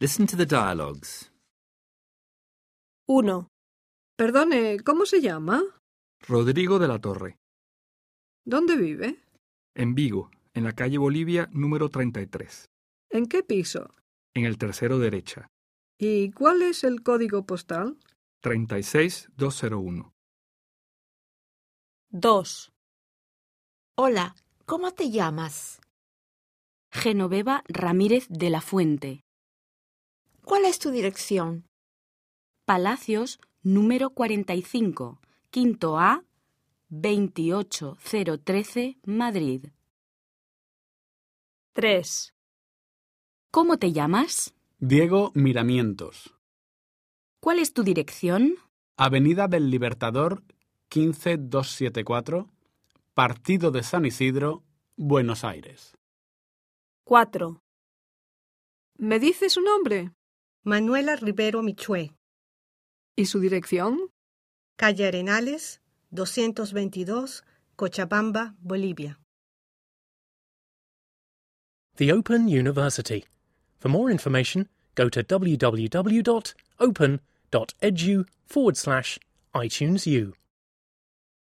Listen to the dialogues. 1. Perdone, ¿cómo se llama? Rodrigo de la Torre, ¿Dónde vive? en Vigo, en la calle Bolivia número 33, ¿En qué piso? en el tercero derecha, ¿Y cuál es el código postal? 36201. 2. Hola, ¿cómo te llamas? Genoveva Ramírez de la Fuente, ¿Cuál es tu dirección? Palacios número 45, quinto A, 28013, Madrid. 3. ¿Cómo te llamas? Diego Miramientos, ¿Cuál es tu dirección? Avenida del Libertador 15274, Partido de San Isidro, Buenos Aires. 4. ¿Me dice su nombre? Manuela Rivero Michué, ¿Y su dirección? calle Arenales, 222, Cochabamba, Bolivia. The Open University. For more information, go to www.open.edu forward slash iTunes U.